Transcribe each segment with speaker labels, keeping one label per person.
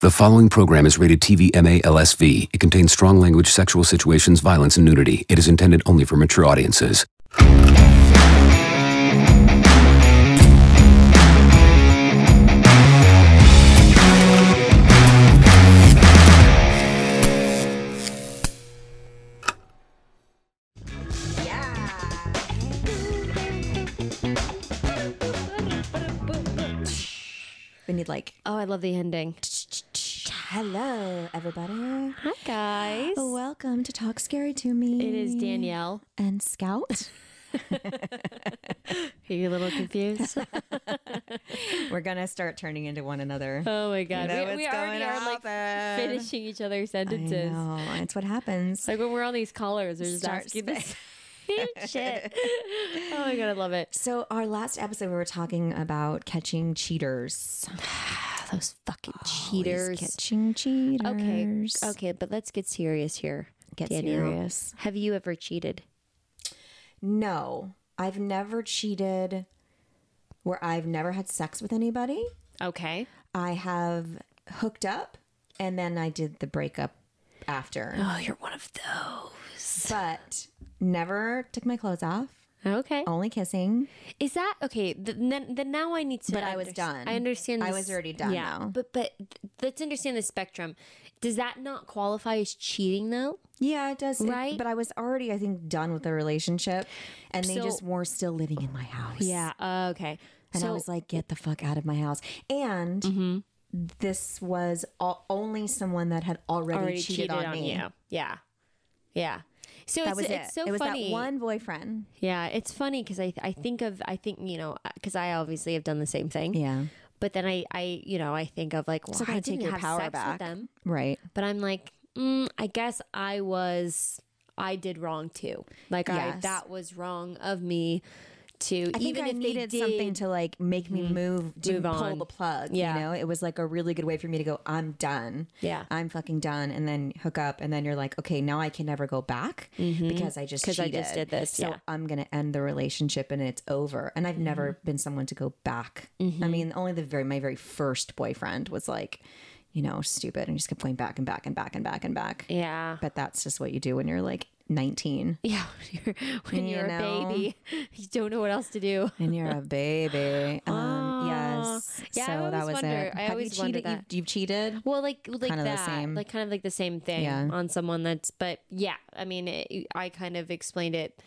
Speaker 1: The following program is rated TV MA LSV. It contains strong language, sexual situations, violence, and nudity. It is intended only for mature audiences.
Speaker 2: We need like,
Speaker 3: Oh, I love the ending.
Speaker 2: hello, everybody.
Speaker 3: Hi, guys.
Speaker 2: Welcome to Talk Scary to Me.
Speaker 3: It is Danielle.
Speaker 2: And Scout.
Speaker 3: Are you a little confused?
Speaker 2: We're going to start turning into one another.
Speaker 3: oh my god,
Speaker 2: know
Speaker 3: we,
Speaker 2: what's
Speaker 3: we already
Speaker 2: going
Speaker 3: are like
Speaker 2: happen.
Speaker 3: finishing each other's
Speaker 2: I
Speaker 3: sentences.
Speaker 2: know. It's what happens.
Speaker 3: Like when we're on these callers, we're just
Speaker 2: Start
Speaker 3: asking the same shit. Oh my god, I love it.
Speaker 2: So, our last episode, we were talking about catching cheaters.
Speaker 3: Those fucking
Speaker 2: Always Catching
Speaker 3: Okay,
Speaker 2: cheaters.
Speaker 3: okay, but let's get serious here.
Speaker 2: Get
Speaker 3: Danielle.
Speaker 2: serious.
Speaker 3: Have you ever cheated?
Speaker 2: No, I've never cheated where I've never had sex with anybody.
Speaker 3: Okay.
Speaker 2: I have hooked up and then I did the breakup after.
Speaker 3: Oh, you're one of those.
Speaker 2: but never took my clothes off.
Speaker 3: Okay.
Speaker 2: Only kissing.
Speaker 3: Is that okay? th- Then, then now I need to.
Speaker 2: But I was
Speaker 3: underst-
Speaker 2: done.
Speaker 3: I understand.
Speaker 2: I
Speaker 3: this-
Speaker 2: was already done,
Speaker 3: Yeah,
Speaker 2: though.
Speaker 3: but but th- let's understand the spectrum. Does that not qualify as cheating though?
Speaker 2: Yeah, it does. It-
Speaker 3: Right?
Speaker 2: but I was already, I think, done with the relationship, and they
Speaker 3: So-
Speaker 2: just were still living in my house.
Speaker 3: Uh, okay.
Speaker 2: and I
Speaker 3: so Mm-hmm.
Speaker 2: was like, "Get the fuck out of my house!" And this was all, only someone that had already,
Speaker 3: already
Speaker 2: cheated, on, me.
Speaker 3: you. Yeah. Yeah. So
Speaker 2: That
Speaker 3: it's,
Speaker 2: was it.
Speaker 3: it's so
Speaker 2: it was
Speaker 3: funny.
Speaker 2: that one boyfriend.
Speaker 3: Yeah, it's funny because I I think of I think you know because I obviously have done the same thing.
Speaker 2: Yeah,
Speaker 3: But then I I you know I think of like well
Speaker 2: like,
Speaker 3: I
Speaker 2: I take
Speaker 3: didn't
Speaker 2: your
Speaker 3: have
Speaker 2: power
Speaker 3: sex
Speaker 2: back.
Speaker 3: with them.
Speaker 2: right.
Speaker 3: but I'm like, mm, I guess I was, I did wrong too. Like I,
Speaker 2: Yes.
Speaker 3: that was wrong of me to
Speaker 2: I think
Speaker 3: even
Speaker 2: I
Speaker 3: if
Speaker 2: needed
Speaker 3: they did,
Speaker 2: something to like make me move, to
Speaker 3: Move
Speaker 2: pull
Speaker 3: on.
Speaker 2: the plug.
Speaker 3: Yeah.
Speaker 2: You know, it was like a really good way for me to go, I'm done.
Speaker 3: Yeah.
Speaker 2: I'm fucking done. And then hook up. And then you're like, okay, now I can never go back because I just
Speaker 3: Mm-hmm. 'Cause I
Speaker 2: cheated.
Speaker 3: just did this,
Speaker 2: So
Speaker 3: yeah.
Speaker 2: I'm going to end the relationship and it's over. And I've never
Speaker 3: Mm-hmm.
Speaker 2: been someone to go back. I mean, only the very, my very first boyfriend was like, you know, stupid. And just kept going back and back and back and back and back.
Speaker 3: yeah.
Speaker 2: But that's just what you do when you're like 19
Speaker 3: yeah, when you're, when
Speaker 2: You
Speaker 3: you're
Speaker 2: know?
Speaker 3: a baby, you don't know what else to do.
Speaker 2: and you're a baby. Um,
Speaker 3: Ah.
Speaker 2: yes.
Speaker 3: Yeah, I
Speaker 2: so that
Speaker 3: always
Speaker 2: was
Speaker 3: wonder-
Speaker 2: it.
Speaker 3: I
Speaker 2: Have you
Speaker 3: always wonder
Speaker 2: cheated? You've, you've cheated.
Speaker 3: Well, like like
Speaker 2: Kinda the
Speaker 3: that,
Speaker 2: same.
Speaker 3: like kind of like the same thing
Speaker 2: Yeah.
Speaker 3: on someone that's. But yeah, I mean, it, I kind of explained it,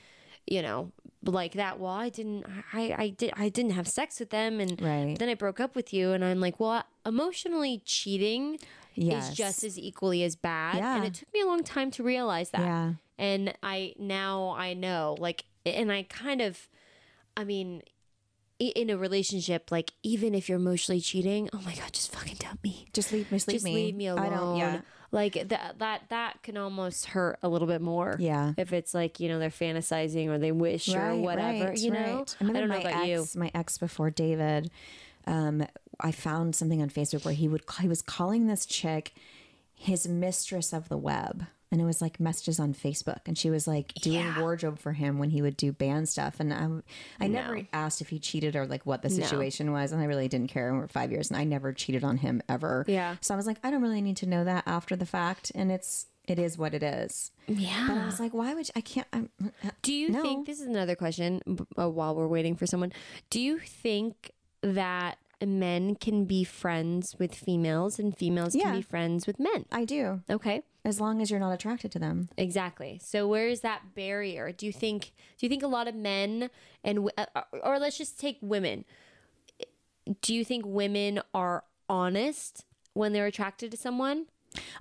Speaker 3: you know, like that. Well, I didn't, I I did, I didn't have sex with them, and
Speaker 2: Right.
Speaker 3: then I broke up with you, and I'm like, well, emotionally cheating
Speaker 2: Yes.
Speaker 3: is just as equally as bad, and
Speaker 2: Yeah.
Speaker 3: it took me a long time to realize that.
Speaker 2: Yeah.
Speaker 3: And I now I know, like, and I kind of, I mean. i- In a relationship, like even if you're emotionally cheating, oh my god, just fucking dump me
Speaker 2: Just leave me. Just leave
Speaker 3: just
Speaker 2: me.
Speaker 3: leave me alone.
Speaker 2: I don't. Yeah.
Speaker 3: Like that that that can almost hurt a little bit more.
Speaker 2: Yeah.
Speaker 3: If it's like, you know, they're fantasizing or they wish or
Speaker 2: Right,
Speaker 3: whatever.
Speaker 2: right,
Speaker 3: you know?
Speaker 2: right. I remember
Speaker 3: don't know
Speaker 2: my
Speaker 3: about you.
Speaker 2: ex, My ex before David, um, I found something on Facebook where he would he was calling this chick his mistress of the web. And it was like messages on Facebook, and she was like doing wardrobe for him when he would do band stuff. And I, I never asked if he cheated or like what the situation was, and I really didn't care. And we're five years, and I never cheated on him ever.
Speaker 3: Yeah.
Speaker 2: So I was like, I don't really need to know that after the fact, and it's it is what it is. But I
Speaker 3: Yeah.
Speaker 2: was like, why would you, I can't? I'm,
Speaker 3: Do you
Speaker 2: No.
Speaker 3: think this is another question b- uh, while we're waiting for someone? Do you think that men can be friends with females and females
Speaker 2: Yeah.
Speaker 3: can be friends with men?
Speaker 2: I do.
Speaker 3: Okay.
Speaker 2: as long as you're not attracted to them.
Speaker 3: Exactly. So where is that barrier? Do you think do you think a lot of men and w- uh, or let's just take women. Do you think women are honest when they're attracted to someone?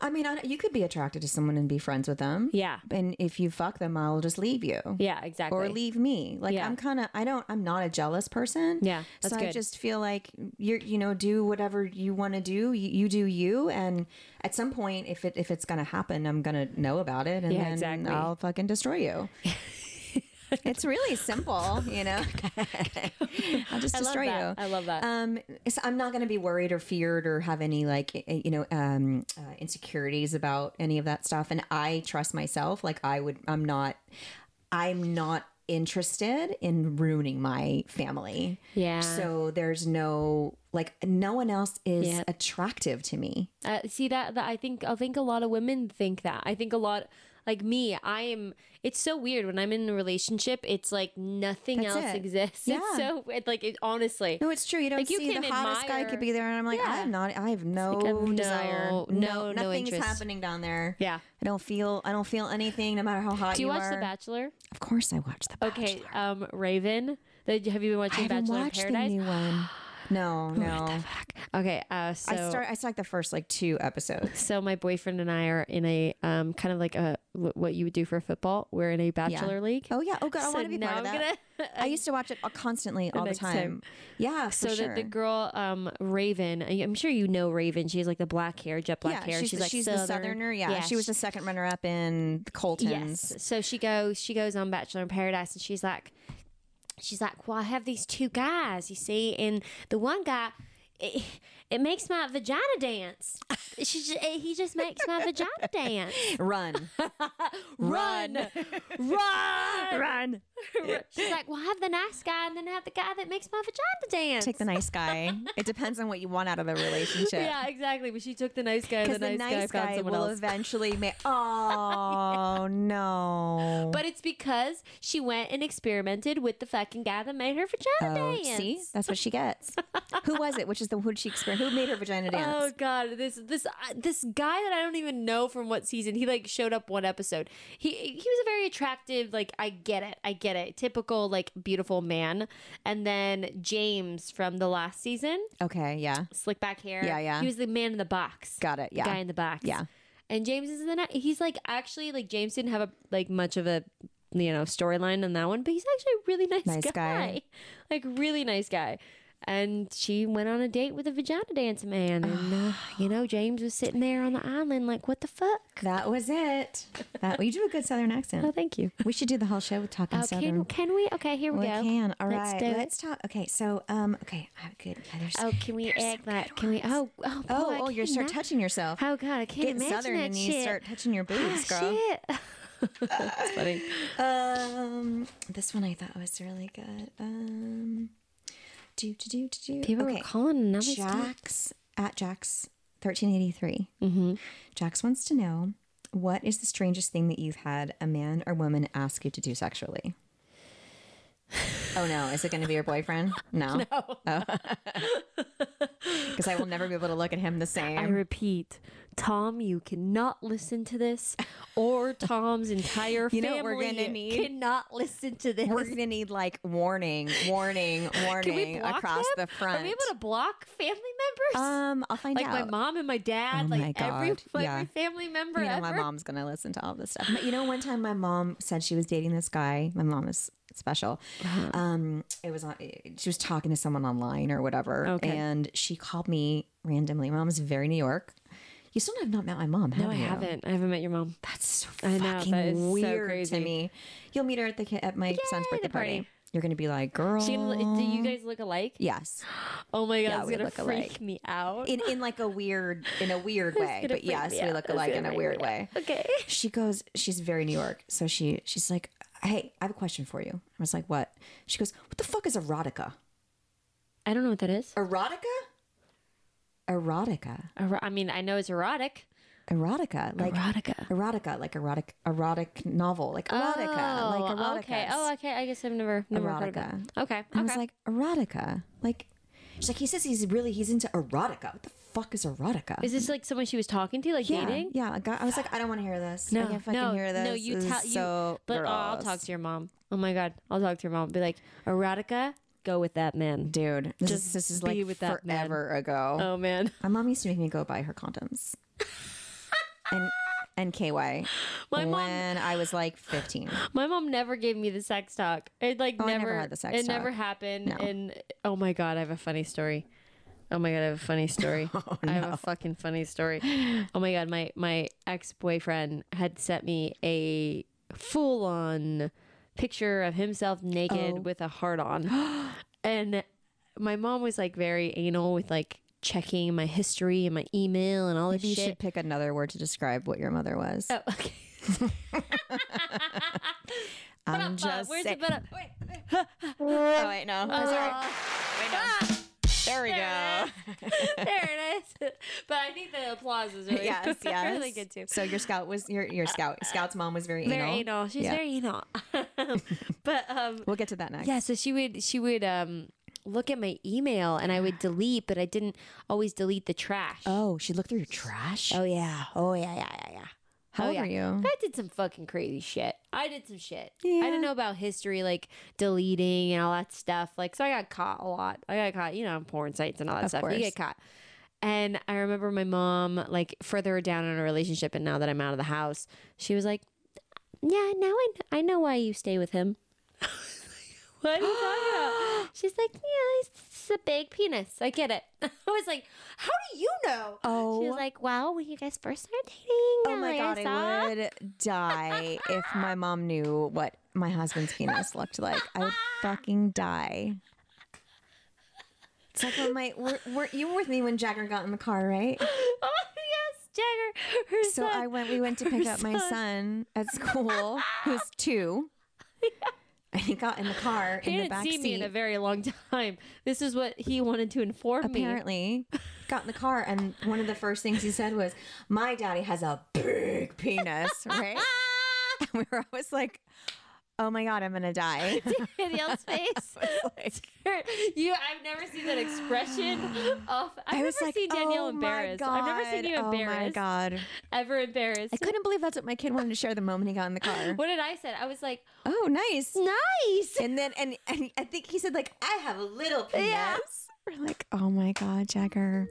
Speaker 2: I mean, I, you could be attracted to someone and be friends with them.
Speaker 3: Yeah.
Speaker 2: And if you fuck them, I'll just leave you
Speaker 3: Yeah, exactly.
Speaker 2: or leave me. Like
Speaker 3: Yeah.
Speaker 2: I'm kind of, I don't, I'm not a jealous person.
Speaker 3: Yeah, that's
Speaker 2: so I
Speaker 3: good.
Speaker 2: just feel like you're, you know, do whatever you want to do. You, you do you. And at some point, if it if it's gonna happen, I'm gonna know about it, and
Speaker 3: Yeah,
Speaker 2: then
Speaker 3: exactly.
Speaker 2: I'll fucking destroy you. it's really simple, you know. I'll just
Speaker 3: I love
Speaker 2: destroy
Speaker 3: that.
Speaker 2: you.
Speaker 3: I love that.
Speaker 2: Um, so I'm not going to be worried or feared or have any like i- you know um, uh, insecurities about any of that stuff. And I trust myself. Like I would, I'm not, I'm not interested in ruining my family.
Speaker 3: Yeah.
Speaker 2: So there's no like no one else is
Speaker 3: Yeah.
Speaker 2: attractive to me.
Speaker 3: Uh, see that, that I think I think a lot of women think that. I think a lot like me, I am it's so weird when I'm in a relationship, it's like nothing
Speaker 2: That's
Speaker 3: else
Speaker 2: it.
Speaker 3: exists. It's
Speaker 2: Yeah.
Speaker 3: so it, like it honestly.
Speaker 2: No, it's true. You don't
Speaker 3: Like, you
Speaker 2: see
Speaker 3: can
Speaker 2: the hottest guy
Speaker 3: admire-
Speaker 2: could be there, and I'm like,
Speaker 3: Yeah.
Speaker 2: I'm not. I have no
Speaker 3: like, I'm
Speaker 2: desire.
Speaker 3: no- no- no
Speaker 2: nothing's
Speaker 3: interest.
Speaker 2: happening down there.
Speaker 3: Yeah.
Speaker 2: I don't feel. I don't feel anything, no matter how hot
Speaker 3: Do you watch
Speaker 2: are.
Speaker 3: The Bachelor?
Speaker 2: Of course, I watch The Bachelor.
Speaker 3: Okay, um Raven. That have you been
Speaker 2: I
Speaker 3: watching
Speaker 2: haven't
Speaker 3: Bachelor in
Speaker 2: watched the
Speaker 3: Paradise?
Speaker 2: new one. No, no.
Speaker 3: Okay, uh so
Speaker 2: I start. I saw like the first like two episodes.
Speaker 3: So my boyfriend and I are in a um kind of like a wh- what you would do for football. We're in a bachelor league.
Speaker 2: Oh yeah. Oh god, I
Speaker 3: So
Speaker 2: want to be part
Speaker 3: now
Speaker 2: of
Speaker 3: I'm
Speaker 2: that.
Speaker 3: gonna-
Speaker 2: I used to watch it uh, constantly all the
Speaker 3: next
Speaker 2: time.
Speaker 3: time.
Speaker 2: Yeah, for
Speaker 3: So
Speaker 2: sure.
Speaker 3: that the girl, um, Raven, I- I'm sure you know Raven. She's like the black hair, jet black
Speaker 2: yeah,
Speaker 3: hair.
Speaker 2: she's,
Speaker 3: She's,
Speaker 2: the-
Speaker 3: like
Speaker 2: she's the
Speaker 3: southern.
Speaker 2: southerner. Yeah, she was the second runner up in the Coltons.
Speaker 3: Yes. So she goes, she goes on Bachelor in Paradise, and she's like, she's like, well, I have these two guys, you see, and the one guy, it, it makes my vagina dance. she, ju- eh, he just makes my vagina dance.
Speaker 2: Run,
Speaker 3: Run, run,
Speaker 2: run.
Speaker 3: She's like, well, I have the nice guy, and then I have the guy that makes my vagina dance.
Speaker 2: Take the nice guy. it depends on what you want out of a relationship.
Speaker 3: yeah, exactly. But she took the nice guy. and
Speaker 2: Because the, nice
Speaker 3: found
Speaker 2: guy
Speaker 3: someone
Speaker 2: will
Speaker 3: else.
Speaker 2: eventually make. Oh no!
Speaker 3: But it's because she went and experimented with the fucking guy that made her vagina
Speaker 2: Oh,
Speaker 3: dance.
Speaker 2: see, that's what she gets. Who was it? Which is the who did she experience? Who made her vagina
Speaker 3: Oh
Speaker 2: dance?
Speaker 3: god, this this uh, this guy that I don't even know from what season he like showed up one episode. He he was a very attractive like I get it, I get it, typical like beautiful man. And then James from the last season,
Speaker 2: okay, yeah,
Speaker 3: slick back hair.
Speaker 2: Yeah, yeah.
Speaker 3: He was the man in the box.
Speaker 2: got it.
Speaker 3: The
Speaker 2: Yeah,
Speaker 3: guy in the box.
Speaker 2: Yeah.
Speaker 3: And James is in the night. He's like actually like James didn't have a like much of a you know storyline in that one, but he's actually a really nice,
Speaker 2: Nice
Speaker 3: guy.
Speaker 2: guy.
Speaker 3: Like really nice guy. And she went on a date with a vagina dance man, and uh, you know James was sitting there on the island like, what the fuck?
Speaker 2: that was it. That you do a good Southern
Speaker 3: Oh,
Speaker 2: accent.
Speaker 3: thank you.
Speaker 2: We should do the whole show with talking
Speaker 3: Oh,
Speaker 2: Southern.
Speaker 3: can, can we? Okay, here we,
Speaker 2: We
Speaker 3: go.
Speaker 2: can. All
Speaker 3: Let's
Speaker 2: right.
Speaker 3: do it.
Speaker 2: Let's talk. Okay. So, um, okay. I have good. yeah, there's-
Speaker 3: Oh, can we
Speaker 2: there's
Speaker 3: act
Speaker 2: some
Speaker 3: like?
Speaker 2: good
Speaker 3: Can we?
Speaker 2: ones.
Speaker 3: Oh, oh, boy,
Speaker 2: Oh,
Speaker 3: I
Speaker 2: oh, you start
Speaker 3: cannot.
Speaker 2: touching yourself.
Speaker 3: Oh God, I can't
Speaker 2: Get
Speaker 3: imagine
Speaker 2: southern
Speaker 3: that
Speaker 2: and
Speaker 3: shit.
Speaker 2: you start touching your boobs, girl.
Speaker 3: Ah, shit. That's funny.
Speaker 2: Um, this one I thought was really good. Um, do do do do do.
Speaker 3: People
Speaker 2: okay.
Speaker 3: were calling and I was like,
Speaker 2: Jax at Jax thirteen eighty three.
Speaker 3: Mm-hmm.
Speaker 2: Jax wants to know what is the strangest thing that you've had a man or woman ask you to do sexually. oh no! Is it going to be your boyfriend? No. No. Because I will never be able to look at him the same.
Speaker 3: I repeat, Tom, you cannot listen to this, or Tom's entire
Speaker 2: You know
Speaker 3: family
Speaker 2: what we're gonna need?
Speaker 3: cannot listen to this.
Speaker 2: We're gonna need like warning, warning,
Speaker 3: Can we
Speaker 2: warning
Speaker 3: block
Speaker 2: across the
Speaker 3: them?
Speaker 2: front.
Speaker 3: Are we able to block family members?
Speaker 2: Um, I'll find
Speaker 3: like
Speaker 2: out.
Speaker 3: my mom and my dad,
Speaker 2: Oh
Speaker 3: like
Speaker 2: my
Speaker 3: every,
Speaker 2: God,
Speaker 3: every
Speaker 2: yeah.
Speaker 3: family member
Speaker 2: You know,
Speaker 3: ever.
Speaker 2: my mom's gonna listen to all this stuff. But you know, one time my mom said she was dating this guy. My mom is special.
Speaker 3: Uh-huh.
Speaker 2: Um, it was on. She was talking to someone online or whatever,
Speaker 3: Okay.
Speaker 2: and she called me randomly. My mom's very New York. You still have not met my mom, have
Speaker 3: no, I
Speaker 2: you?
Speaker 3: haven't. I haven't met your mom.
Speaker 2: That's so
Speaker 3: I
Speaker 2: fucking
Speaker 3: know, that is so
Speaker 2: weird
Speaker 3: crazy.
Speaker 2: to me. You'll meet her at the ki- at my son's birthday
Speaker 3: the party.
Speaker 2: party. You're gonna be like, girl.
Speaker 3: She, do you guys look alike?
Speaker 2: yes.
Speaker 3: Oh my god,
Speaker 2: Oh. Yeah,
Speaker 3: it's
Speaker 2: we
Speaker 3: gonna
Speaker 2: look
Speaker 3: freak
Speaker 2: alike.
Speaker 3: me out.
Speaker 2: in in like a weird in a weird way.
Speaker 3: gonna
Speaker 2: But
Speaker 3: freak
Speaker 2: yes,
Speaker 3: me
Speaker 2: we
Speaker 3: out.
Speaker 2: look
Speaker 3: It's
Speaker 2: alike
Speaker 3: gonna
Speaker 2: in a
Speaker 3: freak
Speaker 2: weird
Speaker 3: me out.
Speaker 2: way.
Speaker 3: Okay.
Speaker 2: She goes. She's very New York, so she she's like, "Hey, I have a question for you." I was like, "What?" She goes, "What the fuck is erotica?
Speaker 3: I don't know what that is.
Speaker 2: Erotica? Erotica?
Speaker 3: Ero- I mean, I know it's erotic.
Speaker 2: Erotica? Like
Speaker 3: Erotica.
Speaker 2: Erotica? Like erotic erotic novel? Like erotica? like erotica?
Speaker 3: Okay. Oh, okay. I guess I've never, never heard of it.
Speaker 2: Erotica.
Speaker 3: Okay.
Speaker 2: I
Speaker 3: okay.
Speaker 2: was like, "Erotica? Like?" She's like, "He says he's really he's into erotica. What the fuck is erotica?"
Speaker 3: Is this like someone she was talking to, like
Speaker 2: yeah,
Speaker 3: dating?
Speaker 2: yeah. I got- I was like, I don't want to hear this. I can't fucking
Speaker 3: no,
Speaker 2: hear this.
Speaker 3: no. You
Speaker 2: This
Speaker 3: tell
Speaker 2: is
Speaker 3: you,
Speaker 2: so
Speaker 3: but oh, I'll
Speaker 2: gross.
Speaker 3: talk to your mom. Oh my god, I'll talk to your mom. Be like, erotica, go with that man.
Speaker 2: dude. This
Speaker 3: Just
Speaker 2: is, this is
Speaker 3: be
Speaker 2: like
Speaker 3: with that man.
Speaker 2: forever ago.
Speaker 3: Oh man,
Speaker 2: My mom used to make me go buy her condoms, and and KY
Speaker 3: My mom-
Speaker 2: when I was like fifteen.
Speaker 3: my mom never gave me the sex talk. It like
Speaker 2: Oh, I
Speaker 3: never,
Speaker 2: never had the sex
Speaker 3: It never
Speaker 2: talk.
Speaker 3: happened.
Speaker 2: No.
Speaker 3: And oh my god, I have a funny story. Oh my god, I have a funny story.
Speaker 2: Oh,
Speaker 3: I have a fucking funny story. Oh my god, my my ex boyfriend had sent me a full on picture of himself
Speaker 2: Oh.
Speaker 3: naked with a heart on, and my mom was like very anal with like checking my history and my email and all this
Speaker 2: You
Speaker 3: shit. Uh,
Speaker 2: should pick another word to describe what your mother was.
Speaker 3: Oh, okay.
Speaker 2: I'm
Speaker 3: Ba-da-ba.
Speaker 2: just
Speaker 3: Where's
Speaker 2: say-
Speaker 3: the but
Speaker 2: Oh wait, no. I'm sorry. Ah! Wait, no. There we
Speaker 3: there
Speaker 2: go.
Speaker 3: there it is. but I think the applause was really,
Speaker 2: yes, yes.
Speaker 3: really good too.
Speaker 2: So your scout was your your scout scout's mom was very,
Speaker 3: Very
Speaker 2: anal.
Speaker 3: anal. She's
Speaker 2: Yeah.
Speaker 3: very anal. but um
Speaker 2: We'll get to that next.
Speaker 3: Yeah, so she would she would um look at my email and I would delete, but I didn't always delete the trash.
Speaker 2: Oh, she looked through your trash.
Speaker 3: Oh, yeah. Oh yeah, yeah, yeah, yeah.
Speaker 2: How
Speaker 3: oh,
Speaker 2: old
Speaker 3: yeah.
Speaker 2: were you?
Speaker 3: I did some fucking crazy shit. I did some shit. I
Speaker 2: Yeah.
Speaker 3: didn't know about history, like deleting and all that stuff. Like, so I got caught a lot. I got caught, you know, on porn sites and all that
Speaker 2: Of
Speaker 3: stuff.
Speaker 2: course.
Speaker 3: You get caught. And I remember my mom, like, further down in a relationship, and now that I'm out of the house, she was like, "Yeah, now I I know why you stay with him." what are you talking about? She's like, "Yeah, it's a big penis. I get it." I was like, "How do you know?" She
Speaker 2: Oh.
Speaker 3: was like, "Well, when you guys first started dating,
Speaker 2: Oh my
Speaker 3: like,
Speaker 2: god, I would die if my mom knew what my husband's penis looked like. I would fucking die. It's like when my were, were, you were with me when Jagger got in the car, right?
Speaker 3: oh yes, Jagger. Her
Speaker 2: So I went. We went to pick up my son at school, who's two, and he got in the car
Speaker 3: He
Speaker 2: in the
Speaker 3: didn't
Speaker 2: back
Speaker 3: see me in a
Speaker 2: seat.
Speaker 3: very long time. This is what he wanted to inform me.
Speaker 2: Apparently, got in the car, and one of the first things he said was, "My daddy has a big penis,"
Speaker 3: Ah,
Speaker 2: right? and we were always like, "Oh my god, I'm gonna die."
Speaker 3: Danielle's face. you, I've never seen that expression. Of, I've
Speaker 2: I
Speaker 3: never
Speaker 2: was like,
Speaker 3: seen Danielle
Speaker 2: "Oh my
Speaker 3: embarrassed. I've never seen
Speaker 2: God,
Speaker 3: you
Speaker 2: Oh my
Speaker 3: embarrassed.
Speaker 2: god!
Speaker 3: Ever embarrassed.
Speaker 2: I couldn't believe that's what my kid wanted to share the moment he got in the car.
Speaker 3: What did I say? I was like,
Speaker 2: Oh, nice.
Speaker 3: nice.
Speaker 2: And then, and, and I think he said, like, I have a little penis.
Speaker 3: Yeah.
Speaker 2: We're like, oh my God, Jagger.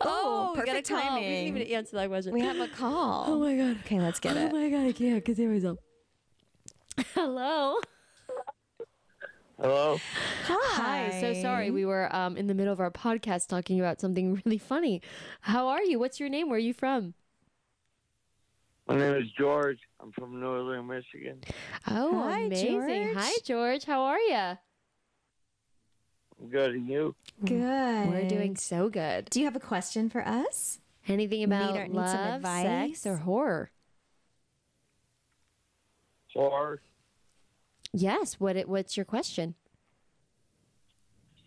Speaker 2: Oh,
Speaker 3: we got a
Speaker 2: perfect
Speaker 3: call. We
Speaker 2: timing.
Speaker 3: didn't even answer that question.
Speaker 2: We have a call.
Speaker 3: oh my god.
Speaker 2: Okay, let's get
Speaker 3: Oh
Speaker 2: it.
Speaker 3: my god, I can't contain myself. Hello.
Speaker 4: Hello.
Speaker 2: Hi.
Speaker 3: Hi. So sorry, we were um, in the middle of our podcast talking about something really funny. How are you? What's your name? Where are you from?
Speaker 4: My name is George. I'm from Northern Michigan.
Speaker 3: Oh,
Speaker 2: Hi,
Speaker 3: amazing.
Speaker 2: George.
Speaker 3: Hi, George. How are you?
Speaker 4: I'm good. And you?
Speaker 2: Good.
Speaker 3: We're doing so good.
Speaker 2: Do you have a question for us?
Speaker 3: Anything about
Speaker 2: Need or- need some
Speaker 3: love,
Speaker 2: advice?
Speaker 3: sex, or horror?
Speaker 4: Horror?
Speaker 3: Yes. What? It, what's your question?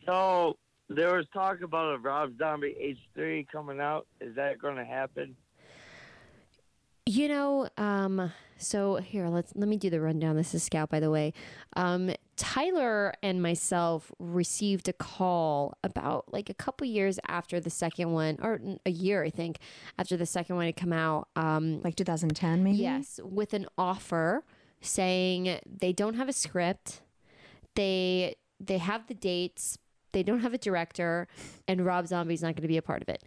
Speaker 4: So there was talk about a Rob Zombie H3 coming out. Is that going to happen?
Speaker 3: You know, um, so here let's let me do the rundown. This is Scout, by the way. Um, Tyler and myself received a call about like a couple years after the second one, or n- a year, I think, after the second one had come out. Um,
Speaker 2: Like 2010, maybe?
Speaker 3: yes, with an offer saying they don't have a script, they they have the dates, they don't have a director, and Rob Zombie's not going to be a part of it.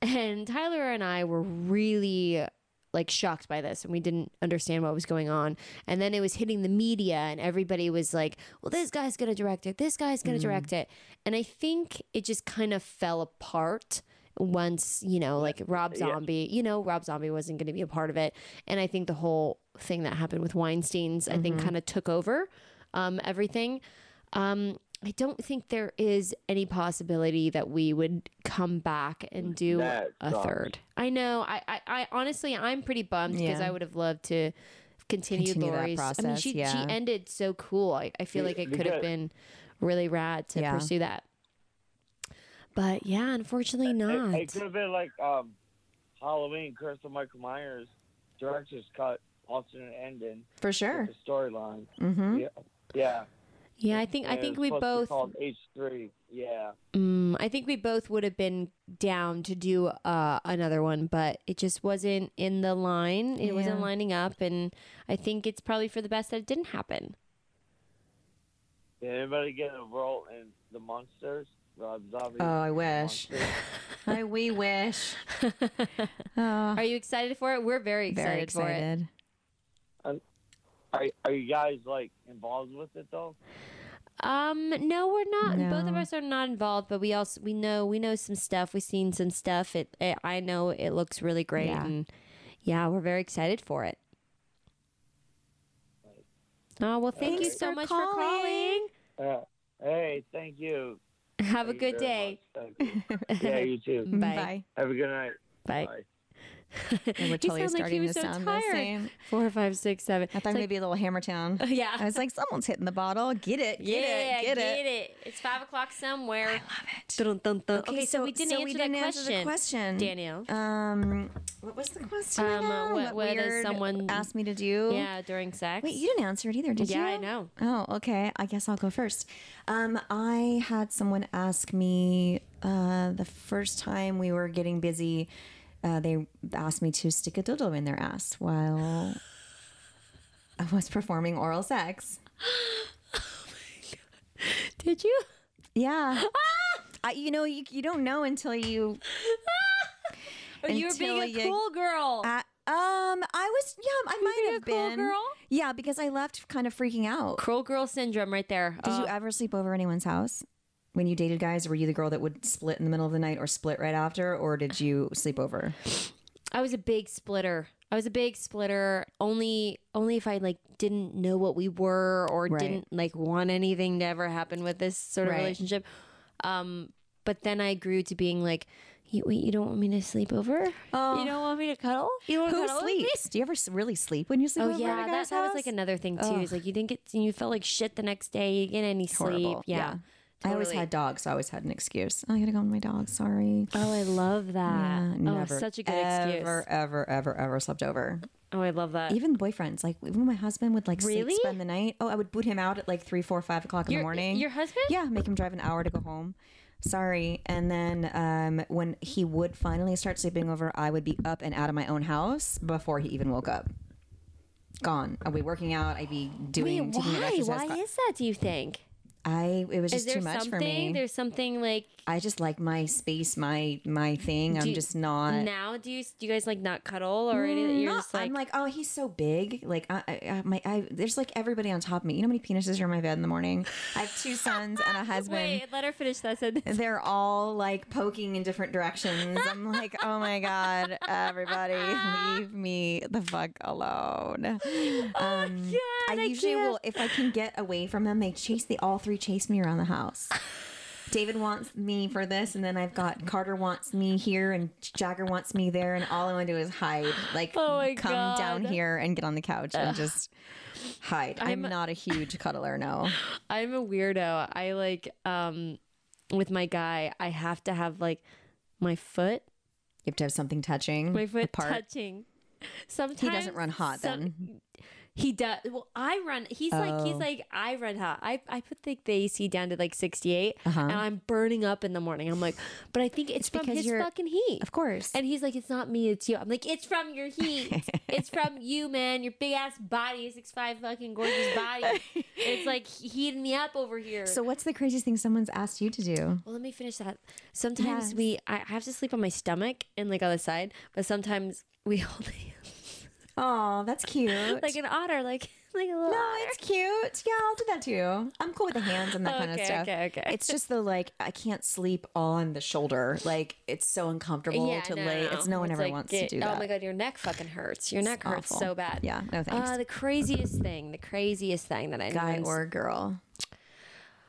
Speaker 3: And Tyler and I were really like shocked by this and we didn't understand what was going on. And then it was hitting the media and everybody was like, well, this guy's going to direct it. This guy's going to direct it. And I think it just kind of fell apart once, you know, like Rob Zombie, you know, Rob Zombie wasn't going to be a part of it. And I think the whole thing that happened with Weinstein's, I
Speaker 2: Mm-hmm.
Speaker 3: think kind of took over um, everything. Um, I don't think there is any possibility that we would come back and do
Speaker 4: That
Speaker 3: a
Speaker 4: sucks.
Speaker 3: third. I know. I, I, I honestly, I'm pretty bummed because
Speaker 2: Yeah.
Speaker 3: I would have loved to continue,
Speaker 2: Continue that
Speaker 3: Lori's. I mean,
Speaker 2: process,
Speaker 3: she
Speaker 2: yeah.
Speaker 3: she ended so cool. I, I feel
Speaker 4: Yeah,
Speaker 3: like it
Speaker 4: we
Speaker 3: could have
Speaker 4: did.
Speaker 3: been really rad to
Speaker 2: Yeah.
Speaker 3: pursue that. But yeah, unfortunately not.
Speaker 4: It, it could have been like um, Halloween, Curse of Michael Myers, director's cut, alternate ending,
Speaker 2: For
Speaker 4: with
Speaker 2: sure.
Speaker 4: the storyline.
Speaker 2: Mm-hmm.
Speaker 4: Yeah. Yeah.
Speaker 3: yeah, I think Hmm? I
Speaker 4: And it
Speaker 3: think
Speaker 4: was
Speaker 3: we both
Speaker 4: supposed to be called H3. Yeah.
Speaker 3: Mm, I think we both would have been down to do uh, another one, but it just wasn't in the line. It wasn't
Speaker 2: Yeah.
Speaker 3: lining up, and I think it's probably for the best that it didn't happen.
Speaker 4: Did anybody get a role in The Monsters? Rob Zombie.
Speaker 2: Oh, I wish. I we wish. Oh,
Speaker 3: Are you excited for it? We're very excited,
Speaker 2: very
Speaker 3: for it.
Speaker 2: excited.
Speaker 4: Are, are you guys like involved with it though?
Speaker 3: Um, no, we're not. Both of
Speaker 2: No.
Speaker 3: us are not involved, but we also we know we know some stuff. We've seen some stuff. It, it I know it looks really great,
Speaker 2: Yeah.
Speaker 3: and yeah, we're very excited for it. Oh well, thank you
Speaker 2: Thanks
Speaker 3: so
Speaker 2: for
Speaker 3: much for
Speaker 2: calling.
Speaker 3: calling.
Speaker 4: Uh, hey, thank you.
Speaker 3: Have a
Speaker 4: Thank you
Speaker 3: good
Speaker 4: very
Speaker 3: day.
Speaker 4: much. Thank you. yeah, you too.
Speaker 3: Mm-hmm. Bye.
Speaker 4: Have a good night.
Speaker 3: Bye.
Speaker 2: And we're totally
Speaker 3: sound like he
Speaker 2: starting
Speaker 3: was
Speaker 2: to
Speaker 3: so
Speaker 2: sound the
Speaker 3: tired.
Speaker 2: same.
Speaker 3: Four, five, six, seven.
Speaker 2: I thought maybe a little hammer town.
Speaker 3: Yeah.
Speaker 2: I was like, someone's hitting the bottle. Get it. Get
Speaker 3: yeah,
Speaker 2: it. Get, it.
Speaker 3: It's five o'clock somewhere. I love
Speaker 2: it.
Speaker 3: Dun, dun, dun. Okay, so, we didn't,
Speaker 2: so
Speaker 3: answer,
Speaker 2: we
Speaker 3: that
Speaker 2: didn't answer
Speaker 3: question.
Speaker 2: the question.
Speaker 3: Danielle.
Speaker 2: Um, what was the question?
Speaker 3: Um, uh,
Speaker 2: again?
Speaker 3: what-
Speaker 2: what
Speaker 3: whether
Speaker 2: weird
Speaker 3: someone-
Speaker 2: asked me to do?
Speaker 3: yeah, during sex.
Speaker 2: Wait, you didn't answer it either, did
Speaker 3: Yeah, I
Speaker 2: you?
Speaker 3: know.
Speaker 2: Oh, okay. I guess I'll go first. Um, I had someone ask me uh, the first time we were getting busy. Uh, they asked me to stick a dildo in their ass while I was performing oral sex.
Speaker 3: Did you?
Speaker 2: Yeah. I, you know, you, you don't know until you.
Speaker 3: Oh, you were
Speaker 2: Until
Speaker 3: being a
Speaker 2: you-
Speaker 3: cool girl.
Speaker 2: Uh, um, I was. Yeah, I might
Speaker 3: being a
Speaker 2: have
Speaker 3: cool
Speaker 2: been.
Speaker 3: girl?
Speaker 2: Yeah, because I left kind of freaking out.
Speaker 3: cool girl syndrome right there.
Speaker 2: Did
Speaker 3: Uh,
Speaker 2: you ever sleep over anyone's house? When you dated guys, were you the girl that would split in the middle of the night or split right after, or did you sleep over?
Speaker 3: I was a big splitter. I was a big splitter. Only only if I like didn't know what we were or
Speaker 2: Right.
Speaker 3: didn't like want anything to ever happen with this sort of
Speaker 2: Right.
Speaker 3: relationship. Um but then I grew to being like you, wait, you don't want me to sleep over?
Speaker 2: Oh.
Speaker 3: you don't want me to cuddle? You want to
Speaker 2: Who
Speaker 3: cuddle with me?
Speaker 2: sleeps? Do you ever s- really sleep when you sleep
Speaker 3: Oh
Speaker 2: over at
Speaker 3: yeah,
Speaker 2: a guy's
Speaker 3: that, that was
Speaker 2: house?
Speaker 3: like another thing too. Is like you didn't get, you felt like shit the next day. You didn't get any
Speaker 2: Horrible.
Speaker 3: sleep. Yeah,
Speaker 2: Yeah. I always
Speaker 3: totally.
Speaker 2: had dogs, so I always had an excuse. I gotta go with my dog. Sorry.
Speaker 3: Oh, I love
Speaker 2: Yeah,
Speaker 3: that.
Speaker 2: never,
Speaker 3: oh, such a good
Speaker 2: ever,
Speaker 3: excuse.
Speaker 2: ever, ever, ever slept over.
Speaker 3: Oh, I love that.
Speaker 2: Even boyfriends, like even my husband would like sleep,
Speaker 3: Really?
Speaker 2: spend the night. Oh, I would boot him out at like three, four, five o'clock in
Speaker 3: Your-
Speaker 2: the morning.
Speaker 3: your husband?
Speaker 2: Yeah, make him drive an hour to go home. Sorry. And then um, when he would finally start sleeping over, I would be up and out of my own house before he even woke up. Gone. I'd be working out. I'd be
Speaker 3: Wait,
Speaker 2: doing. taking an
Speaker 3: why?
Speaker 2: exercise
Speaker 3: Why
Speaker 2: class.
Speaker 3: is that? Do you think?
Speaker 2: I? It was
Speaker 3: Is
Speaker 2: just
Speaker 3: there
Speaker 2: too much for
Speaker 3: something?
Speaker 2: me.
Speaker 3: There's something like
Speaker 2: I just like my space, my my thing. I'm
Speaker 3: you-
Speaker 2: just not.
Speaker 3: now. Do you do you guys like not cuddle or anything? You're
Speaker 2: Not-
Speaker 3: just like,
Speaker 2: I'm like, oh, he's so big. Like, I, I, I- my, I, there's like everybody on top of me. You know how many penises are in my bed in the morning? I have two sons and a husband.
Speaker 3: wait, let her finish that sentence.
Speaker 2: They're all like poking in different directions. I'm like, oh my god, everybody, leave me the fuck alone. Um,
Speaker 3: Oh God, I
Speaker 2: I usually
Speaker 3: can't.
Speaker 2: will, if I can get away from them, they chase. They all three chase me around the house. David wants me for this, and then I've got Carter wants me here, and Jagger wants me there, and all I want to do is hide. Like,
Speaker 3: Oh my
Speaker 2: come down
Speaker 3: God.
Speaker 2: here and get on the couch and just hide. I'm,
Speaker 3: I'm-
Speaker 2: not a huge cuddler, no.
Speaker 3: I'm a weirdo. I like um with my guy. I have to have like my foot
Speaker 2: You have to have something touching.
Speaker 3: my foot
Speaker 2: apart.
Speaker 3: touching. Sometimes
Speaker 2: He doesn't run hot
Speaker 3: some-
Speaker 2: then.
Speaker 3: He does. Well, I run. He's like he's
Speaker 2: Oh.
Speaker 3: like I run hot. I I put the, the AC down to like 68, and I'm burning up in the morning. I'm like, but I think it's, from
Speaker 2: Uh-huh. because
Speaker 3: his
Speaker 2: you're-
Speaker 3: fucking heat.
Speaker 2: Of course.
Speaker 3: And he's like, it's not me, it's you. I'm like, it's from your heat. it's from you, man. Your big ass body, six five fucking gorgeous body. it's like he- heating me up over here.
Speaker 2: So what's the craziest thing someone's asked you to do?
Speaker 3: Well, let me finish that. Sometimes
Speaker 2: Yes.
Speaker 3: we, I I have to sleep on my stomach and like on the side, but sometimes we hold hands
Speaker 2: Oh, that's cute.
Speaker 3: like an otter, like like a little
Speaker 2: no,
Speaker 3: otter.
Speaker 2: it's cute. Yeah, I'll do that too. I'm cool with the hands and that kind of
Speaker 3: Okay,
Speaker 2: stuff.
Speaker 3: okay, okay.
Speaker 2: It's just the like I can't sleep on the shoulder. Like it's so uncomfortable to lay. It's no one ever
Speaker 3: like,
Speaker 2: wants
Speaker 3: get-
Speaker 2: to do that.
Speaker 3: Oh my god, your neck fucking hurts. Your neck hurts
Speaker 2: awful.
Speaker 3: so bad.
Speaker 2: Yeah, no thanks.
Speaker 3: Uh, the craziest thing, the craziest thing that I
Speaker 2: Guy or girl.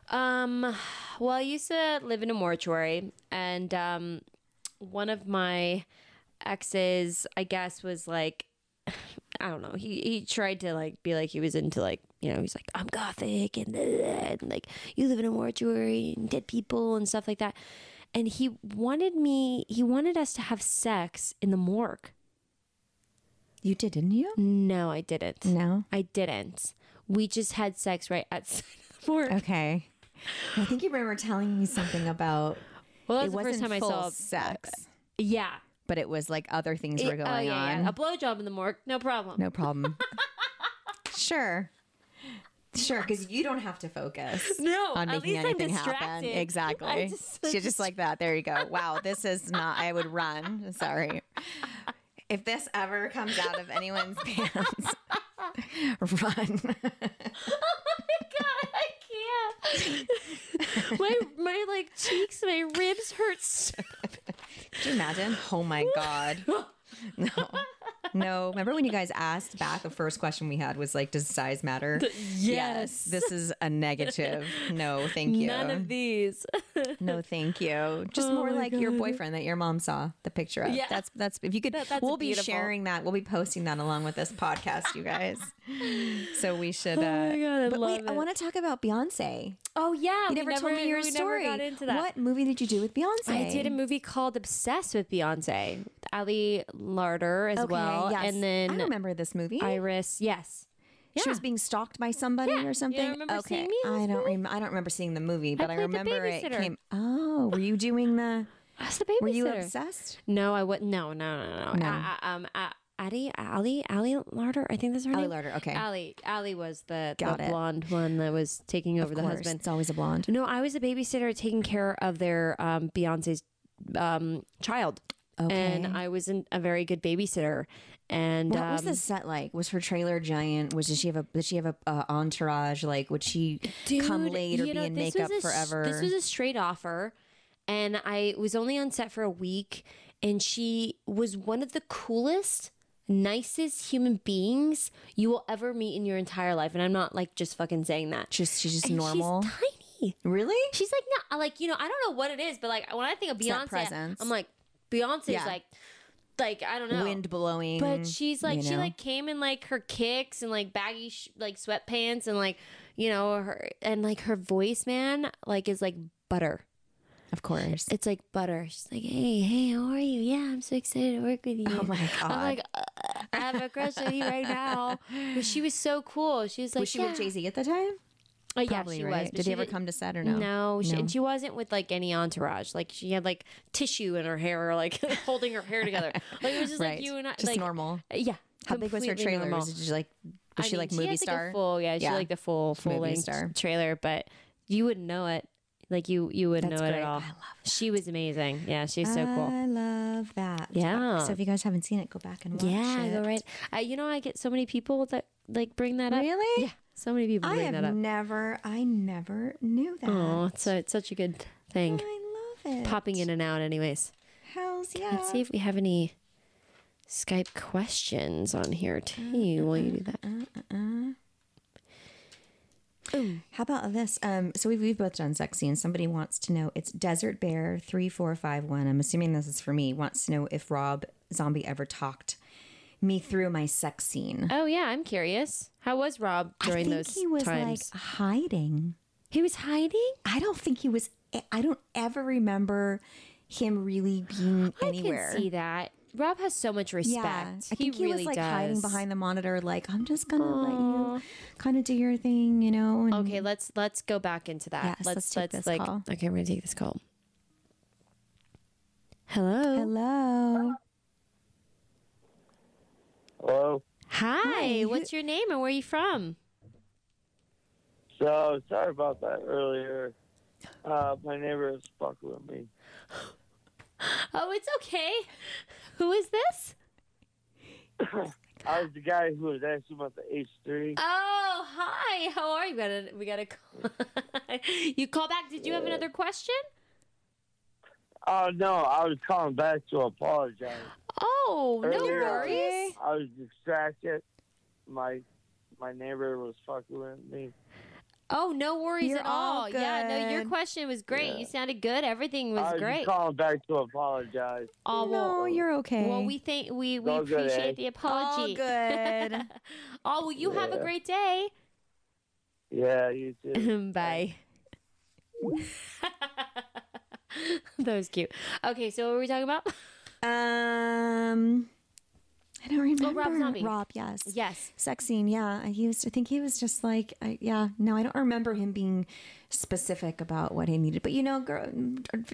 Speaker 3: Um, well, I used to live in a mortuary, and um, one of my exes, I guess, was like, I don't know. He he tried to like be like he was into like you know he's like I'm gothic and, blah, blah, blah, and like you live in a mortuary and dead people and stuff like that, and he wanted me. He wanted us to have sex in the morgue.
Speaker 2: You did, didn't you?
Speaker 3: No, I didn't.
Speaker 2: No.
Speaker 3: I didn't. We just had sex right outside the morgue.
Speaker 2: Okay. I think you remember telling me something about
Speaker 3: Well,
Speaker 2: it
Speaker 3: that was the
Speaker 2: wasn't
Speaker 3: first time I
Speaker 2: full
Speaker 3: saw.
Speaker 2: sex,
Speaker 3: Yeah,
Speaker 2: but it was like other things were
Speaker 3: Yeah,
Speaker 2: going
Speaker 3: oh, yeah,
Speaker 2: on.
Speaker 3: Yeah. A blowjob in the morgue, no problem.
Speaker 2: No problem. sure. Sure, because you don't have to focus.
Speaker 3: No,
Speaker 2: on
Speaker 3: at
Speaker 2: making
Speaker 3: least I'm
Speaker 2: anything happen.
Speaker 3: distracted.
Speaker 2: Exactly.
Speaker 3: I
Speaker 2: She's
Speaker 3: just-
Speaker 2: just, like that. There you go. Wow, this is not. I would run. Sorry. If this ever comes out of anyone's pants, run.
Speaker 3: oh God, I can't. my my like cheeks, my ribs hurt. So-
Speaker 2: Could you imagine? Oh my god. No. no. Remember when you guys asked back? The first question we had was like, "Does size matter?"
Speaker 3: yes.
Speaker 2: This is a negative. No, thank you.
Speaker 3: None of these.
Speaker 2: No, thank you. Just more like your boyfriend that your mom saw the picture of.
Speaker 3: Oh Yeah.
Speaker 2: That's that's if you could
Speaker 3: that's
Speaker 2: we'll be
Speaker 3: beautiful.
Speaker 2: sharing that. We'll be posting that along with this podcast, you guys. So we should uh
Speaker 3: Oh my God, I
Speaker 2: But wait,
Speaker 3: love
Speaker 2: I
Speaker 3: it.
Speaker 2: want to talk about Beyonce.
Speaker 3: oh yeah,
Speaker 2: You
Speaker 3: we
Speaker 2: never, told me your
Speaker 3: we
Speaker 2: story.
Speaker 3: Never got into that.
Speaker 2: What movie did you do with Beyonce?
Speaker 3: I did a movie called Obsessed with Beyonce, with Ali Larder as
Speaker 2: Okay,
Speaker 3: well,
Speaker 2: yes.
Speaker 3: and
Speaker 2: I
Speaker 3: then
Speaker 2: remember this movie.
Speaker 3: Iris. Yes,
Speaker 2: She was being stalked by somebody
Speaker 3: Yeah. You
Speaker 2: or
Speaker 3: don't
Speaker 2: something.
Speaker 3: remember
Speaker 2: okay.
Speaker 3: seeing me in
Speaker 2: I
Speaker 3: this
Speaker 2: don't rem- I don't remember seeing the movie, but I,
Speaker 3: played the
Speaker 2: remember it
Speaker 3: babysitter.
Speaker 2: came Oh, were you doing the
Speaker 3: I was the babysitter.
Speaker 2: were you obsessed?
Speaker 3: No, I would No, no, no, no.
Speaker 2: No.
Speaker 3: I, I, um, I, Ali, Ali, Ali Larder. I think that's her
Speaker 2: Ali
Speaker 3: name.
Speaker 2: Larder, okay.
Speaker 3: Ali, Ali was the, the
Speaker 2: Got it.
Speaker 3: blonde one that was taking over
Speaker 2: Of
Speaker 3: the
Speaker 2: course,
Speaker 3: husband.
Speaker 2: It's always a blonde.
Speaker 3: No, I was a babysitter taking care of their um, Beyonce's um, child.
Speaker 2: Okay.
Speaker 3: And I wasn't a very good babysitter. And
Speaker 2: What
Speaker 3: um,
Speaker 2: was the set like? Was her trailer giant? Was did she have a did she have a uh, entourage? Like would she come
Speaker 3: Dude,
Speaker 2: late or
Speaker 3: you
Speaker 2: be
Speaker 3: know,
Speaker 2: in
Speaker 3: this was
Speaker 2: makeup
Speaker 3: a s-
Speaker 2: forever?
Speaker 3: This was a straight offer, and I was only on set for a week, and she was one of the coolest, nicest human beings you will ever meet in your entire life. And I'm not like just fucking saying that.
Speaker 2: just she's just
Speaker 3: And
Speaker 2: normal.
Speaker 3: She's tiny.
Speaker 2: really?
Speaker 3: She's like not like you know I don't know what it is, but like when I think of
Speaker 2: that
Speaker 3: Beyonce,
Speaker 2: presence.
Speaker 3: I'm like Beyonce's
Speaker 2: Yeah.
Speaker 3: like like I don't know
Speaker 2: Wind blowing.
Speaker 3: but she's like
Speaker 2: Mm, you
Speaker 3: she
Speaker 2: know?
Speaker 3: like came in like her kicks and like baggy sh- like sweatpants and like you know her and like her voice man like is like butter
Speaker 2: of course.
Speaker 3: it's like butter she's like hey hey how are you yeah i'm so excited to work with you
Speaker 2: Oh my god.
Speaker 3: i'm like uh, i have a crush on you right now but she was so cool she was like
Speaker 2: was she
Speaker 3: yeah.
Speaker 2: with Jay Z at the time?
Speaker 3: oh, yeah,
Speaker 2: Probably
Speaker 3: she
Speaker 2: right.
Speaker 3: was but
Speaker 2: did
Speaker 3: she
Speaker 2: he ever
Speaker 3: didn't-
Speaker 2: come to set or no?
Speaker 3: no, she,
Speaker 2: No.
Speaker 3: and she wasn't with like any entourage. Like she had like tissue in her hair, or like holding her hair together. Like it was just
Speaker 2: right.
Speaker 3: like you and I,
Speaker 2: just
Speaker 3: like
Speaker 2: normal.
Speaker 3: Yeah,
Speaker 2: How big was her
Speaker 3: completely
Speaker 2: trailer?
Speaker 3: normal.
Speaker 2: Was she like was she
Speaker 3: mean,
Speaker 2: like movie
Speaker 3: had,
Speaker 2: star?
Speaker 3: Like a full, yeah, she
Speaker 2: Yeah.
Speaker 3: had, like the full full
Speaker 2: movie
Speaker 3: length
Speaker 2: star.
Speaker 3: trailer, but you wouldn't know it. Like you you wouldn't
Speaker 2: That's
Speaker 3: know it
Speaker 2: great.
Speaker 3: at all.
Speaker 2: I love
Speaker 3: She was amazing. Yeah, she's so cool.
Speaker 2: I love that.
Speaker 3: Yeah.
Speaker 2: So if you guys haven't seen it, go back and watch
Speaker 3: Yeah,
Speaker 2: it.
Speaker 3: go right. I, you know, I get so many people that like bring that up.
Speaker 2: Really?
Speaker 3: Yeah, so many people
Speaker 2: I
Speaker 3: bring that
Speaker 2: have
Speaker 3: up.
Speaker 2: never, I never knew that. Oh,
Speaker 3: Oh, so it's such a good thing.
Speaker 2: I love it.
Speaker 3: Popping in and out, anyways.
Speaker 2: Hells yeah.
Speaker 3: Let's see if we have any Skype questions on here too. Will you do that?
Speaker 2: Mm-hmm. How about this? Um, so we've, we've both done sexy, and somebody wants to know. It's Desert Bear three four five one. I'm assuming this is for me. Wants to know if Rob Zombie ever talked me through my sex scene.
Speaker 3: Oh yeah, I'm curious. How was Rob during
Speaker 2: I think
Speaker 3: those
Speaker 2: he was
Speaker 3: times?
Speaker 2: like hiding.
Speaker 3: he was hiding.
Speaker 2: I don't think he was. I don't ever remember him really being anywhere.
Speaker 3: I can see that. Rob has so much respect.
Speaker 2: I
Speaker 3: he
Speaker 2: think he,
Speaker 3: really
Speaker 2: was like
Speaker 3: does.
Speaker 2: hiding behind the monitor, like I'm just gonna let you kind of do your thing, you know. And
Speaker 3: Okay, let's let's go back into that.
Speaker 2: Yes, let's
Speaker 3: let's
Speaker 2: take
Speaker 3: let's,
Speaker 2: this
Speaker 3: like
Speaker 2: call.
Speaker 3: okay, we're gonna take this call. Hello.
Speaker 2: Hello.
Speaker 4: Hello.
Speaker 3: Hi.
Speaker 2: Hi,
Speaker 3: What's your name and where are you from?
Speaker 4: So sorry about that earlier. Uh, my neighbor is fucking with me.
Speaker 3: Oh, it's okay. Who is this?
Speaker 4: I was the guy who was asking about the H three.
Speaker 3: Oh, hi. How are you? We got a, we got a call. you call back. Did you have another question?
Speaker 4: Oh no, I was calling back to apologize.
Speaker 3: Oh, no
Speaker 4: Earlier,
Speaker 3: worries.
Speaker 4: I was distracted. My my neighbor was fucking with me.
Speaker 3: Oh, no worries
Speaker 2: You're
Speaker 3: at all.
Speaker 2: all
Speaker 3: Yeah, no, your
Speaker 2: good.
Speaker 3: question was great.
Speaker 4: Yeah.
Speaker 3: You sounded good. Everything was
Speaker 4: I was
Speaker 3: great.
Speaker 4: calling back to apologize.
Speaker 3: Oh, well,
Speaker 2: no, you're okay.
Speaker 3: Well, we think we we
Speaker 4: All good,
Speaker 3: appreciate
Speaker 4: eh?
Speaker 3: the
Speaker 2: all
Speaker 3: apology.
Speaker 2: good.
Speaker 3: oh, well, you have a
Speaker 4: Yeah.
Speaker 3: great day.
Speaker 4: Yeah, you too.
Speaker 3: Bye. that was cute. Okay, so what were we talking about?
Speaker 2: um, I don't remember.
Speaker 3: Oh, Zombie.
Speaker 2: Rob, yes.
Speaker 3: Yes.
Speaker 2: Sex scene, yeah. He was. I think he was just like, I, yeah. No, I don't remember him being specific about what he needed. But you know, girl,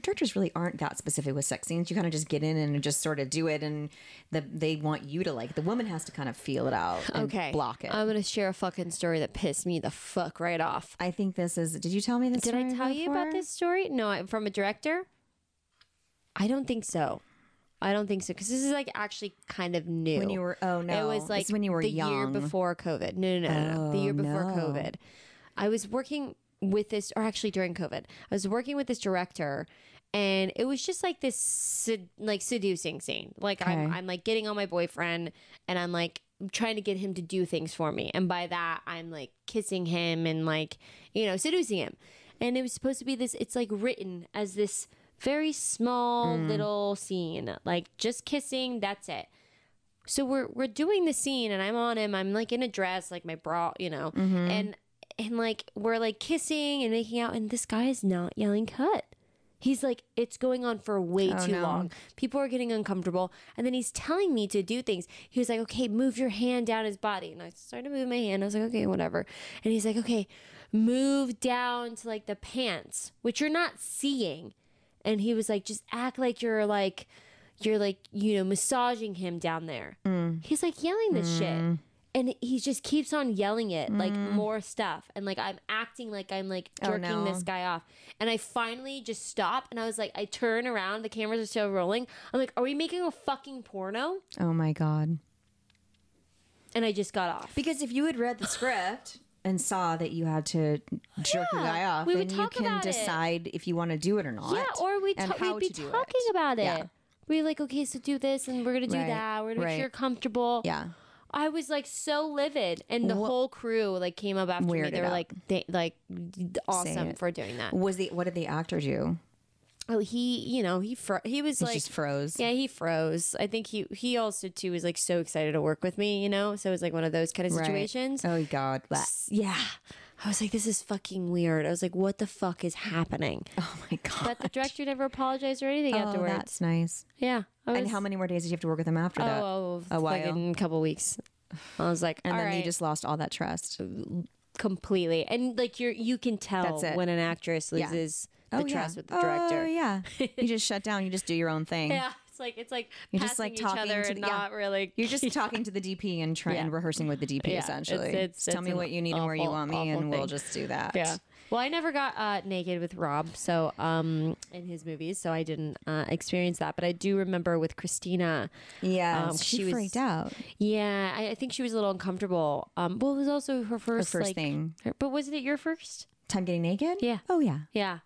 Speaker 2: directors really aren't that specific with sex scenes. You kind of just get in and just sort of do it, and the, they want you to like. The woman has to kind of feel it out. And
Speaker 3: Okay.
Speaker 2: Block it.
Speaker 3: I'm gonna share a fucking story that pissed me the fuck right off.
Speaker 2: I think this is. Did you tell me this?
Speaker 3: Did I
Speaker 2: story
Speaker 3: tell you about
Speaker 2: before?
Speaker 3: this story? No, I- from a director. I don't think so. I don't think so because this is like actually kind of new.
Speaker 2: When you were oh no,
Speaker 3: It was
Speaker 2: This
Speaker 3: like
Speaker 2: is when you were
Speaker 3: the year
Speaker 2: young.
Speaker 3: before COVID. No, no, no, no, no. the
Speaker 2: Oh,
Speaker 3: year before
Speaker 2: no.
Speaker 3: COVID. I was working with this, or actually during COVID, I was working with this director, and it was just like this sed- like seducing scene. Like I'm
Speaker 2: Okay.
Speaker 3: I'm like getting on my boyfriend and I'm like trying to get him to do things for me. And by that I'm like kissing him and like, you know, seducing him. And it was supposed to be this it's like written as this very small
Speaker 2: Mm.
Speaker 3: little scene. Like just kissing, that's it. So we're we're doing the scene and I'm on him. I'm like in a dress, like my bra, you know.
Speaker 2: Mm-hmm.
Speaker 3: And and like we're like kissing and making out and this guy is not yelling cut. He's like, it's going on for way
Speaker 2: Oh,
Speaker 3: too
Speaker 2: no.
Speaker 3: long. People are getting uncomfortable. And then he's telling me to do things. He was like, okay, move your hand down his body. And I started to move my hand. I was like, okay, whatever. And he's like, okay, move down to like the pants, which you're not seeing. And he was like, just act like you're like, you're like, you know, massaging him down there.
Speaker 2: Mm.
Speaker 3: He's like yelling this shit. And he just keeps on yelling it, like more stuff. And like, I'm acting like I'm like
Speaker 2: Mm. Oh,
Speaker 3: jerking
Speaker 2: no.
Speaker 3: this guy off. And I finally just stop and I was like, I turn around, the cameras are still rolling. I'm like, are we making a fucking porno?
Speaker 2: Oh my god.
Speaker 3: And I just got off.
Speaker 2: Because if you had read the script and saw that you had to jerk a
Speaker 3: Yeah,
Speaker 2: guy off,
Speaker 3: we
Speaker 2: then
Speaker 3: would
Speaker 2: you
Speaker 3: talk
Speaker 2: can
Speaker 3: about it.
Speaker 2: decide if you want to do it or not.
Speaker 3: Yeah, or we
Speaker 2: and
Speaker 3: ta-
Speaker 2: how
Speaker 3: we'd be
Speaker 2: to do it.
Speaker 3: talking about it.
Speaker 2: Yeah.
Speaker 3: We're like, okay, so do this and we're gonna do
Speaker 2: Right,
Speaker 3: that. We're gonna make
Speaker 2: right.
Speaker 3: sure you're comfortable.
Speaker 2: Yeah.
Speaker 3: I was like so livid, and the
Speaker 2: Wha-
Speaker 3: whole crew like came up after me.
Speaker 2: Weirded
Speaker 3: They were
Speaker 2: out.
Speaker 3: like, they, like awesome
Speaker 2: it.
Speaker 3: for doing that.
Speaker 2: Was the what did the actor do?
Speaker 3: Oh, he, you know, he fro- he was
Speaker 2: He
Speaker 3: like
Speaker 2: just froze.
Speaker 3: Yeah, he froze. I think he he also too was like so excited to work with me, you know. So it was like one of those kind of
Speaker 2: Right.
Speaker 3: situations.
Speaker 2: Oh god. Blah.
Speaker 3: Yeah. I was like, this is fucking weird. I was like, what the fuck is happening?
Speaker 2: Oh my god.
Speaker 3: But the director never apologized or anything
Speaker 2: oh,
Speaker 3: afterwards.
Speaker 2: that's nice.
Speaker 3: Yeah. I was,
Speaker 2: And how many more days did you have to work with him after
Speaker 3: oh,
Speaker 2: that?
Speaker 3: oh,
Speaker 2: a while.
Speaker 3: fucking couple weeks. I was like,
Speaker 2: and
Speaker 3: all
Speaker 2: then you
Speaker 3: right.
Speaker 2: just lost all that trust.
Speaker 3: completely. And like you're you can tell
Speaker 2: That's it.
Speaker 3: when an actress
Speaker 2: Yeah.
Speaker 3: loses
Speaker 2: oh,
Speaker 3: the
Speaker 2: yeah.
Speaker 3: trust with the
Speaker 2: oh,
Speaker 3: director.
Speaker 2: yeah. You just shut down. You just do your own thing.
Speaker 3: Yeah, It's like it's like
Speaker 2: You're
Speaker 3: passing
Speaker 2: just, like,
Speaker 3: each
Speaker 2: talking
Speaker 3: other
Speaker 2: to
Speaker 3: and
Speaker 2: the- yeah.
Speaker 3: not really
Speaker 2: You're just talking to the DP and trying and
Speaker 3: Yeah.
Speaker 2: rehearsing with the DP
Speaker 3: Yeah, it's-
Speaker 2: essentially.
Speaker 3: it's-
Speaker 2: Just tell
Speaker 3: it's
Speaker 2: me
Speaker 3: an
Speaker 2: what you need and where you
Speaker 3: awful,
Speaker 2: want me,
Speaker 3: awful
Speaker 2: and we'll
Speaker 3: thing.
Speaker 2: just do that.
Speaker 3: Yeah. Well, I never got uh, naked with Rob, so um, in his movies, so I didn't uh, experience that. But I do remember with Christina.
Speaker 2: Yeah.
Speaker 3: Um,
Speaker 2: she,
Speaker 3: she was-
Speaker 2: freaked out.
Speaker 3: Yeah, I, I think she was a little uncomfortable. Um, well, it was also her first,
Speaker 2: first
Speaker 3: like,
Speaker 2: thing.
Speaker 3: her- but wasn't it your first?
Speaker 2: Time getting naked?
Speaker 3: Yeah.
Speaker 2: Oh yeah.
Speaker 3: Yeah,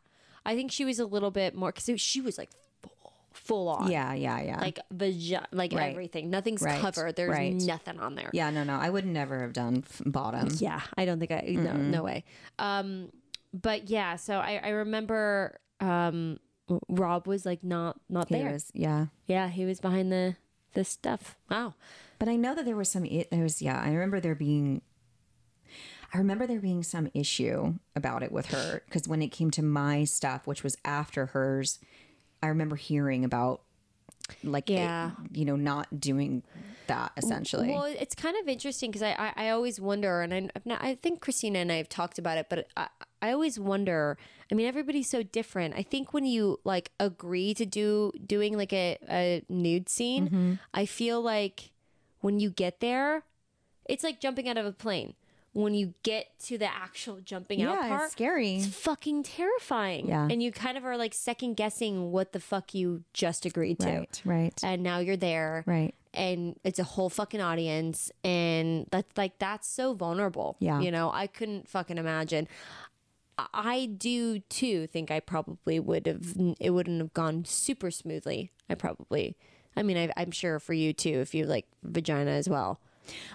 Speaker 3: I think she was a little bit more because she was like full, full on.
Speaker 2: Yeah, yeah, yeah.
Speaker 3: Like vagina, like
Speaker 2: Right.
Speaker 3: everything. Nothing's
Speaker 2: Right.
Speaker 3: covered. There's
Speaker 2: Right.
Speaker 3: nothing on there.
Speaker 2: yeah, no, no. I would never have done f- bottom.
Speaker 3: Yeah, I don't think I no no way. Um, but yeah, so I I remember um w- Rob was like not not
Speaker 2: He
Speaker 3: there.
Speaker 2: was- yeah.
Speaker 3: Yeah, he was behind the the stuff. Wow.
Speaker 2: But I know that there was some. i- There was yeah. I remember there being. I remember there being some issue about it with her because when it came to my stuff, which was after hers, I remember hearing about like it-
Speaker 3: Yeah.
Speaker 2: you know, not doing that essentially.
Speaker 3: Well, it's kind of interesting because I, I I always wonder, and I I've not, I think Christina and I have talked about it, but I I always wonder. I mean, everybody's so different. I think when you like agree to do doing like a a nude scene,
Speaker 2: Mm-hmm.
Speaker 3: I feel like when you get there, it's like jumping out of a plane. When you get to the actual jumping out
Speaker 2: yeah,
Speaker 3: part,
Speaker 2: it's scary.
Speaker 3: It's fucking terrifying.
Speaker 2: Yeah.
Speaker 3: And you kind of are like second guessing what the fuck you just agreed to.
Speaker 2: Right, right,
Speaker 3: And now you're there.
Speaker 2: right.
Speaker 3: And it's a whole fucking audience. And that's like, that's so vulnerable.
Speaker 2: Yeah.
Speaker 3: You know, I couldn't fucking imagine. I- I do too think I probably would have, it wouldn't have gone super smoothly. I probably, I mean, I, I'm sure for you too, if you like vagina as well.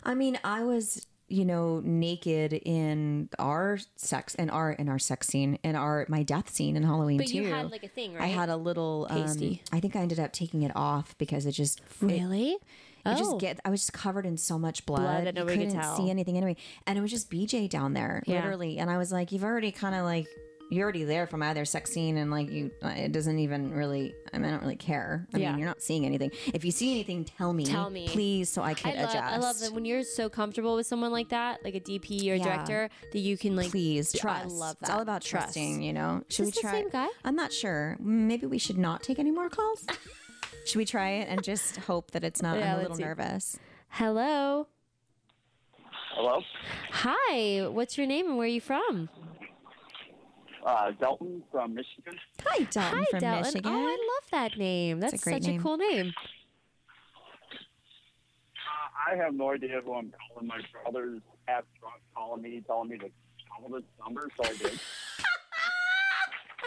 Speaker 2: I mean, I was, you know, naked in our sex in our in our sex scene in our my death scene in Halloween
Speaker 3: But
Speaker 2: too.
Speaker 3: you had like a thing, right?
Speaker 2: I had a little um,
Speaker 3: Pasty.
Speaker 2: I think I ended up taking it off because it just it,
Speaker 3: really?
Speaker 2: it just get I was just covered in so much blood.
Speaker 3: Oh. Blood that
Speaker 2: you
Speaker 3: nobody could
Speaker 2: couldn't
Speaker 3: tell.
Speaker 2: see anything anyway. And it was just BJ down there,
Speaker 3: Yeah.
Speaker 2: literally. And I was like, you've already kind of like you're already there from either sex scene and like you it doesn't even really I mean I don't really care. I
Speaker 3: Yeah.
Speaker 2: mean you're not seeing anything. If you see anything, tell me.
Speaker 3: Tell me.
Speaker 2: Please so I can
Speaker 3: I love,
Speaker 2: adjust.
Speaker 3: I love that when you're so comfortable with someone like that, like a DP or a
Speaker 2: Yeah.
Speaker 3: director, that you can like
Speaker 2: please
Speaker 3: I
Speaker 2: trust.
Speaker 3: love
Speaker 2: It's all
Speaker 3: that.
Speaker 2: about
Speaker 3: Trust.
Speaker 2: trusting, you know. Should
Speaker 3: this
Speaker 2: we
Speaker 3: the
Speaker 2: try?
Speaker 3: same guy?
Speaker 2: I'm not sure. Maybe we should not take any more calls. should we try it and just hope that it's not? I'm a
Speaker 3: Yeah, let's
Speaker 2: little
Speaker 3: see.
Speaker 2: nervous.
Speaker 3: Hello.
Speaker 4: Hello,
Speaker 3: Hi. What's your name and where are you from?
Speaker 4: uh, Dalton from Michigan.
Speaker 2: Hi, Dalton
Speaker 3: Hi,
Speaker 2: from
Speaker 3: Dalton.
Speaker 2: Michigan.
Speaker 3: Oh, I love that name. That's
Speaker 2: a great
Speaker 3: such
Speaker 2: name.
Speaker 3: a cool name.
Speaker 4: Uh, I have no idea who I'm calling. My brother's half drunk calling me, telling me to call this number, so I did.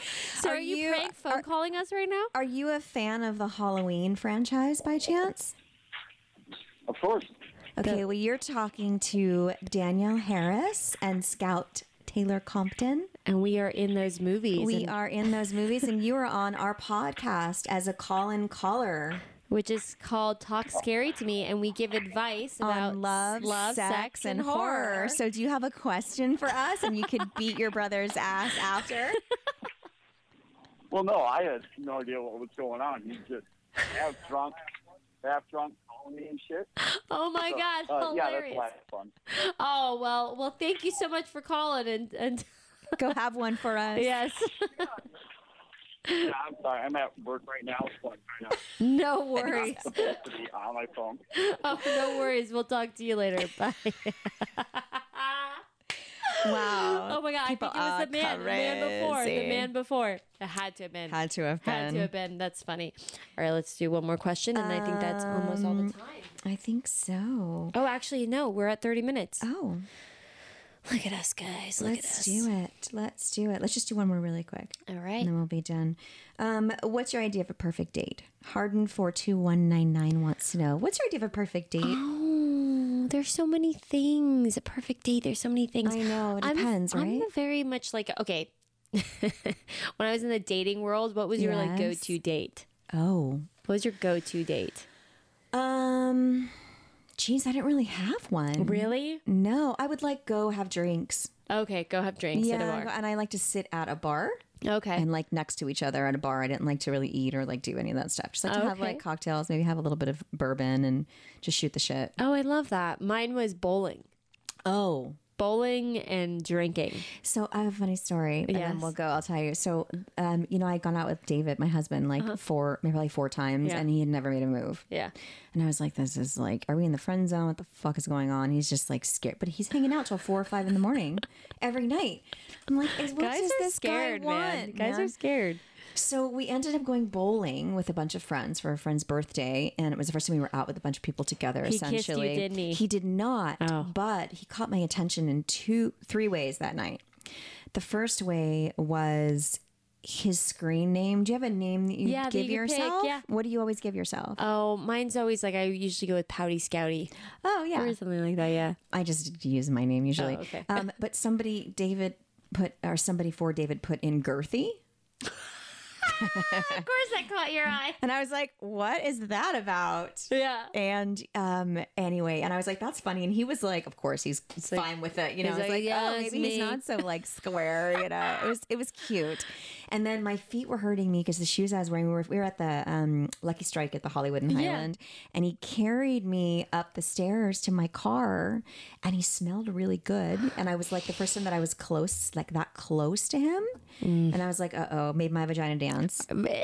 Speaker 3: So So are, you, prank phone
Speaker 2: are,
Speaker 3: calling us right now?
Speaker 2: are you a fan of the Halloween franchise by chance?
Speaker 4: Of course.
Speaker 2: Okay, well you're talking to Danielle Harris and Scout Taylor Compton.
Speaker 3: And we are in those movies.
Speaker 2: We
Speaker 3: and-
Speaker 2: are in those movies, and you are on our podcast as a call-in caller
Speaker 3: which is called Talk Scary to Me, and we give advice about
Speaker 2: on love,
Speaker 3: love, sex, and, horror.
Speaker 2: So, do you have a question for us? And you could beat your brother's ass after.
Speaker 4: Well, no, I had no idea what was going on. He's just half drunk, half drunk calling me and shit.
Speaker 3: oh my
Speaker 4: So,
Speaker 3: god,
Speaker 4: uh, yeah, that's
Speaker 3: hilarious!
Speaker 4: why it's fun.
Speaker 3: oh well, well, thank you so much for calling, and and
Speaker 2: Go have one for us.
Speaker 3: yes,
Speaker 4: Yeah, I'm sorry, I'm at work right now, so I'm kind of
Speaker 3: no worries.
Speaker 4: not supposed to be on my phone.
Speaker 3: oh, no worries. We'll talk to you later. Bye.
Speaker 2: Wow.
Speaker 3: oh my god,
Speaker 2: People
Speaker 3: I think it was
Speaker 2: are
Speaker 3: the man, the man before, the
Speaker 2: crazy.
Speaker 3: man before. It had to have been.
Speaker 2: Had to have
Speaker 3: Had to
Speaker 2: been.
Speaker 3: have been. That's funny. All right, let's do one more question, and I think that's almost all
Speaker 2: Um,
Speaker 3: the time.
Speaker 2: I think so.
Speaker 3: Oh, actually, no, we're at 30 minutes.
Speaker 2: Oh,
Speaker 3: Look at us, guys. Look at
Speaker 2: let's
Speaker 3: us.
Speaker 2: do it. Let's do it. Let's just do one more really quick,
Speaker 3: All
Speaker 2: and
Speaker 3: right.
Speaker 2: then we'll be done. Um, what's your idea of a perfect date? Harden four two one nine nine wants to know what's your idea of a perfect date.
Speaker 3: Oh, there's so many things. A perfect date. There's so many things.
Speaker 2: I know, it
Speaker 3: I'm-
Speaker 2: depends,
Speaker 3: I'm
Speaker 2: right?
Speaker 3: very much like okay. when I was in the dating world, what was your like
Speaker 2: Yes.
Speaker 3: go-to date?
Speaker 2: Oh,
Speaker 3: What was your go-to date?
Speaker 2: um, geez, I didn't really have one.
Speaker 3: Really?
Speaker 2: No, I would like go have drinks.
Speaker 3: Okay, go have drinks at
Speaker 2: Yeah,
Speaker 3: a
Speaker 2: and I like to sit at a bar
Speaker 3: bar. Okay.
Speaker 2: and like next to each other at a bar. I didn't like to really eat or like do any of that stuff. Just like to have
Speaker 3: Okay.
Speaker 2: like cocktails, maybe have a little bit of bourbon and just shoot the shit.
Speaker 3: oh, I love that. Mine was bowling.
Speaker 2: Oh.
Speaker 3: Bowling and drinking.
Speaker 2: So I have a funny story, and then
Speaker 3: Yes.
Speaker 2: we'll go. I'll tell you. So, um, you know, I'd gone out with David, my husband, like four, maybe like four times,
Speaker 3: Uh-huh. Yeah.
Speaker 2: and he had never made a move.
Speaker 3: Yeah.
Speaker 2: And I was like, this is like, are we in the friend zone? What the fuck is going on? He's just like scared, but he's hanging out till four or five in the morning every night. I'm like, is, what
Speaker 3: Guys
Speaker 2: does
Speaker 3: are
Speaker 2: this
Speaker 3: scared,
Speaker 2: guy want?
Speaker 3: man. Guys are scared.
Speaker 2: So we ended up going bowling with a bunch of friends for a friend's birthday, and it was the first time we were out with a bunch of people together.
Speaker 3: kissed you,
Speaker 2: essentially,
Speaker 3: didn't he?
Speaker 2: did not,
Speaker 3: Oh.
Speaker 2: but he caught my attention in two, three ways that night. The first way was his screen name. Do you have a name that you
Speaker 3: Yeah, that
Speaker 2: give
Speaker 3: you could pick,
Speaker 2: yourself?
Speaker 3: yeah.
Speaker 2: What do you always give yourself?
Speaker 3: Oh, mine's always like I usually go with pouty scouty
Speaker 2: oh yeah,
Speaker 3: or something like that. Yeah.
Speaker 2: I just use my name usually.
Speaker 3: Oh, okay.
Speaker 2: um, but somebody, David put, or somebody for David put in Girthy.
Speaker 3: Of course, that caught your eye.
Speaker 2: And I was like, what is that about?
Speaker 3: Yeah.
Speaker 2: And um, anyway, and I was like, that's funny. And he was like, of course, he's fine with it. You know, I
Speaker 3: he's
Speaker 2: was like,
Speaker 3: like, yeah,
Speaker 2: oh,
Speaker 3: it's
Speaker 2: maybe
Speaker 3: me.
Speaker 2: he's not so like square. You know, it was it was cute. And then my feet were hurting me because the shoes I was wearing we were we were at the um, Lucky Strike at the Hollywood and
Speaker 3: Yeah.
Speaker 2: Highland, and he carried me up the stairs to my car, and he smelled really good. And I was like, the first time that I was close, like that close to him, and I was like, uh oh, made my vagina dance.
Speaker 3: Mm.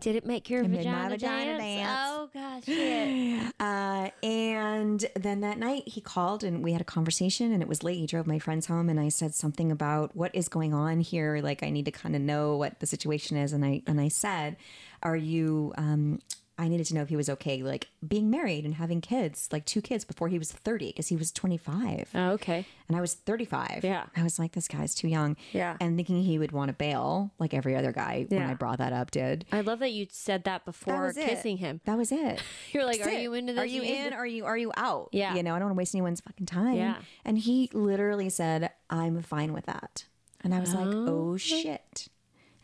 Speaker 3: Did it make your
Speaker 2: made
Speaker 3: vagina,
Speaker 2: my vagina
Speaker 3: dance?
Speaker 2: dance.
Speaker 3: Oh gosh, shit.
Speaker 2: Uh, and then that night he called and we had a conversation and it was late. He drove my friends home and I said something about what is going on here. Like I need to kind of know what the situation is. And I and I said, "Are you?" Um, I needed to know if he was okay, like being married and having kids, like two kids before he was thirty, because he was twenty five
Speaker 3: Oh, okay.
Speaker 2: and I was thirty five.
Speaker 3: Yeah.
Speaker 2: I was like, this guy's too young.
Speaker 3: Yeah.
Speaker 2: and thinking he would want to bail, like every other guy when
Speaker 3: Yeah.
Speaker 2: I brought that up did.
Speaker 3: I love that you said
Speaker 2: That
Speaker 3: that before
Speaker 2: was it.
Speaker 3: kissing him.
Speaker 2: That was it.
Speaker 3: You're like,
Speaker 2: That's
Speaker 3: are
Speaker 2: it.
Speaker 3: you into this?
Speaker 2: Are you in? Are you are you out?
Speaker 3: Yeah.
Speaker 2: You know, I don't want to waste anyone's fucking time.
Speaker 3: Yeah.
Speaker 2: And he literally said, "I'm fine with that," and I was like, "Oh shit."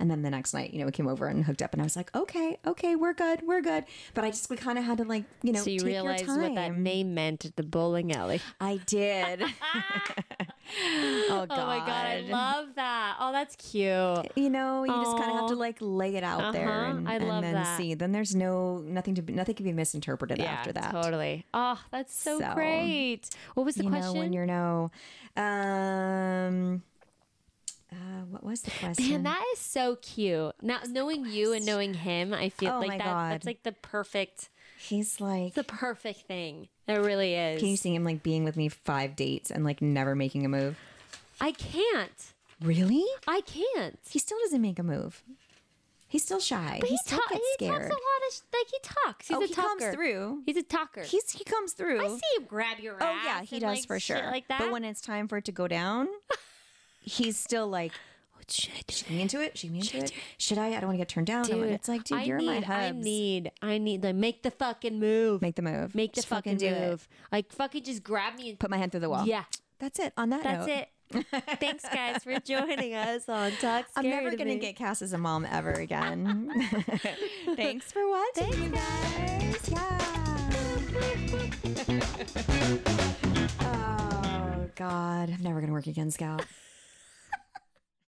Speaker 2: And then the next night, you know, we came over and hooked up, and I was like, "Okay, okay, we're good, we're good." But I just we kind of had to like, you know,
Speaker 3: So you
Speaker 2: take your
Speaker 3: realized what that
Speaker 2: time.
Speaker 3: name meant at the bowling alley.
Speaker 2: I did. oh god.
Speaker 3: Oh my god, I love that. Oh, that's cute.
Speaker 2: you know, you just kind of have
Speaker 3: Aw.
Speaker 2: to like lay it out there
Speaker 3: Uh-huh.
Speaker 2: and,
Speaker 3: I
Speaker 2: and
Speaker 3: love
Speaker 2: then
Speaker 3: that.
Speaker 2: see. Then there's no nothing to be, nothing can be misinterpreted after that.
Speaker 3: totally. Oh, that's so,
Speaker 2: So,
Speaker 3: great. What was the
Speaker 2: you
Speaker 3: question?
Speaker 2: know when you're no um uh, what was the question
Speaker 3: Man, that is so cute. Now knowing you and knowing him, I feel
Speaker 2: Oh
Speaker 3: like
Speaker 2: my
Speaker 3: that, that's
Speaker 2: God.
Speaker 3: like the perfect,
Speaker 2: he's like
Speaker 3: the perfect thing. It really is.
Speaker 2: can you see him like being with me five dates and like never making a move
Speaker 3: I can't.
Speaker 2: really
Speaker 3: I can't.
Speaker 2: he still doesn't make a move he's still shy
Speaker 3: But
Speaker 2: he
Speaker 3: he,
Speaker 2: still
Speaker 3: ta-
Speaker 2: gets
Speaker 3: he talks
Speaker 2: scared
Speaker 3: a lot of sh- like he talks. He's
Speaker 2: oh
Speaker 3: a
Speaker 2: he
Speaker 3: talker.
Speaker 2: comes through
Speaker 3: He's a talker.
Speaker 2: he's he comes through
Speaker 3: I see him grab your ass.
Speaker 2: oh yeah he
Speaker 3: and,
Speaker 2: does
Speaker 3: like,
Speaker 2: for
Speaker 3: shit
Speaker 2: sure
Speaker 3: Like that.
Speaker 2: but when it's time for it to go down he's still like
Speaker 3: should I do?
Speaker 2: Should I be into it? Should I be into it? Should I? I don't want to get turned down. I
Speaker 3: Dude,
Speaker 2: want- it's like, dude,
Speaker 3: I
Speaker 2: you're
Speaker 3: need,
Speaker 2: my
Speaker 3: I
Speaker 2: hubs.
Speaker 3: need, I need, like, make the fucking move.
Speaker 2: Make the move.
Speaker 3: Make the
Speaker 2: Just
Speaker 3: fucking,
Speaker 2: do it.
Speaker 3: move. Like, fucking just grab me and
Speaker 2: Put my head through the wall.
Speaker 3: Yeah,
Speaker 2: That's it. On that
Speaker 3: that's
Speaker 2: note,
Speaker 3: it. Thanks, guys, for joining us on Talk
Speaker 2: I'm
Speaker 3: Scary
Speaker 2: never
Speaker 3: to
Speaker 2: gonna
Speaker 3: Me.
Speaker 2: get cast as a mom ever again. Thanks for watching, you guys. Yeah. oh God, I'm never gonna work again, Scout.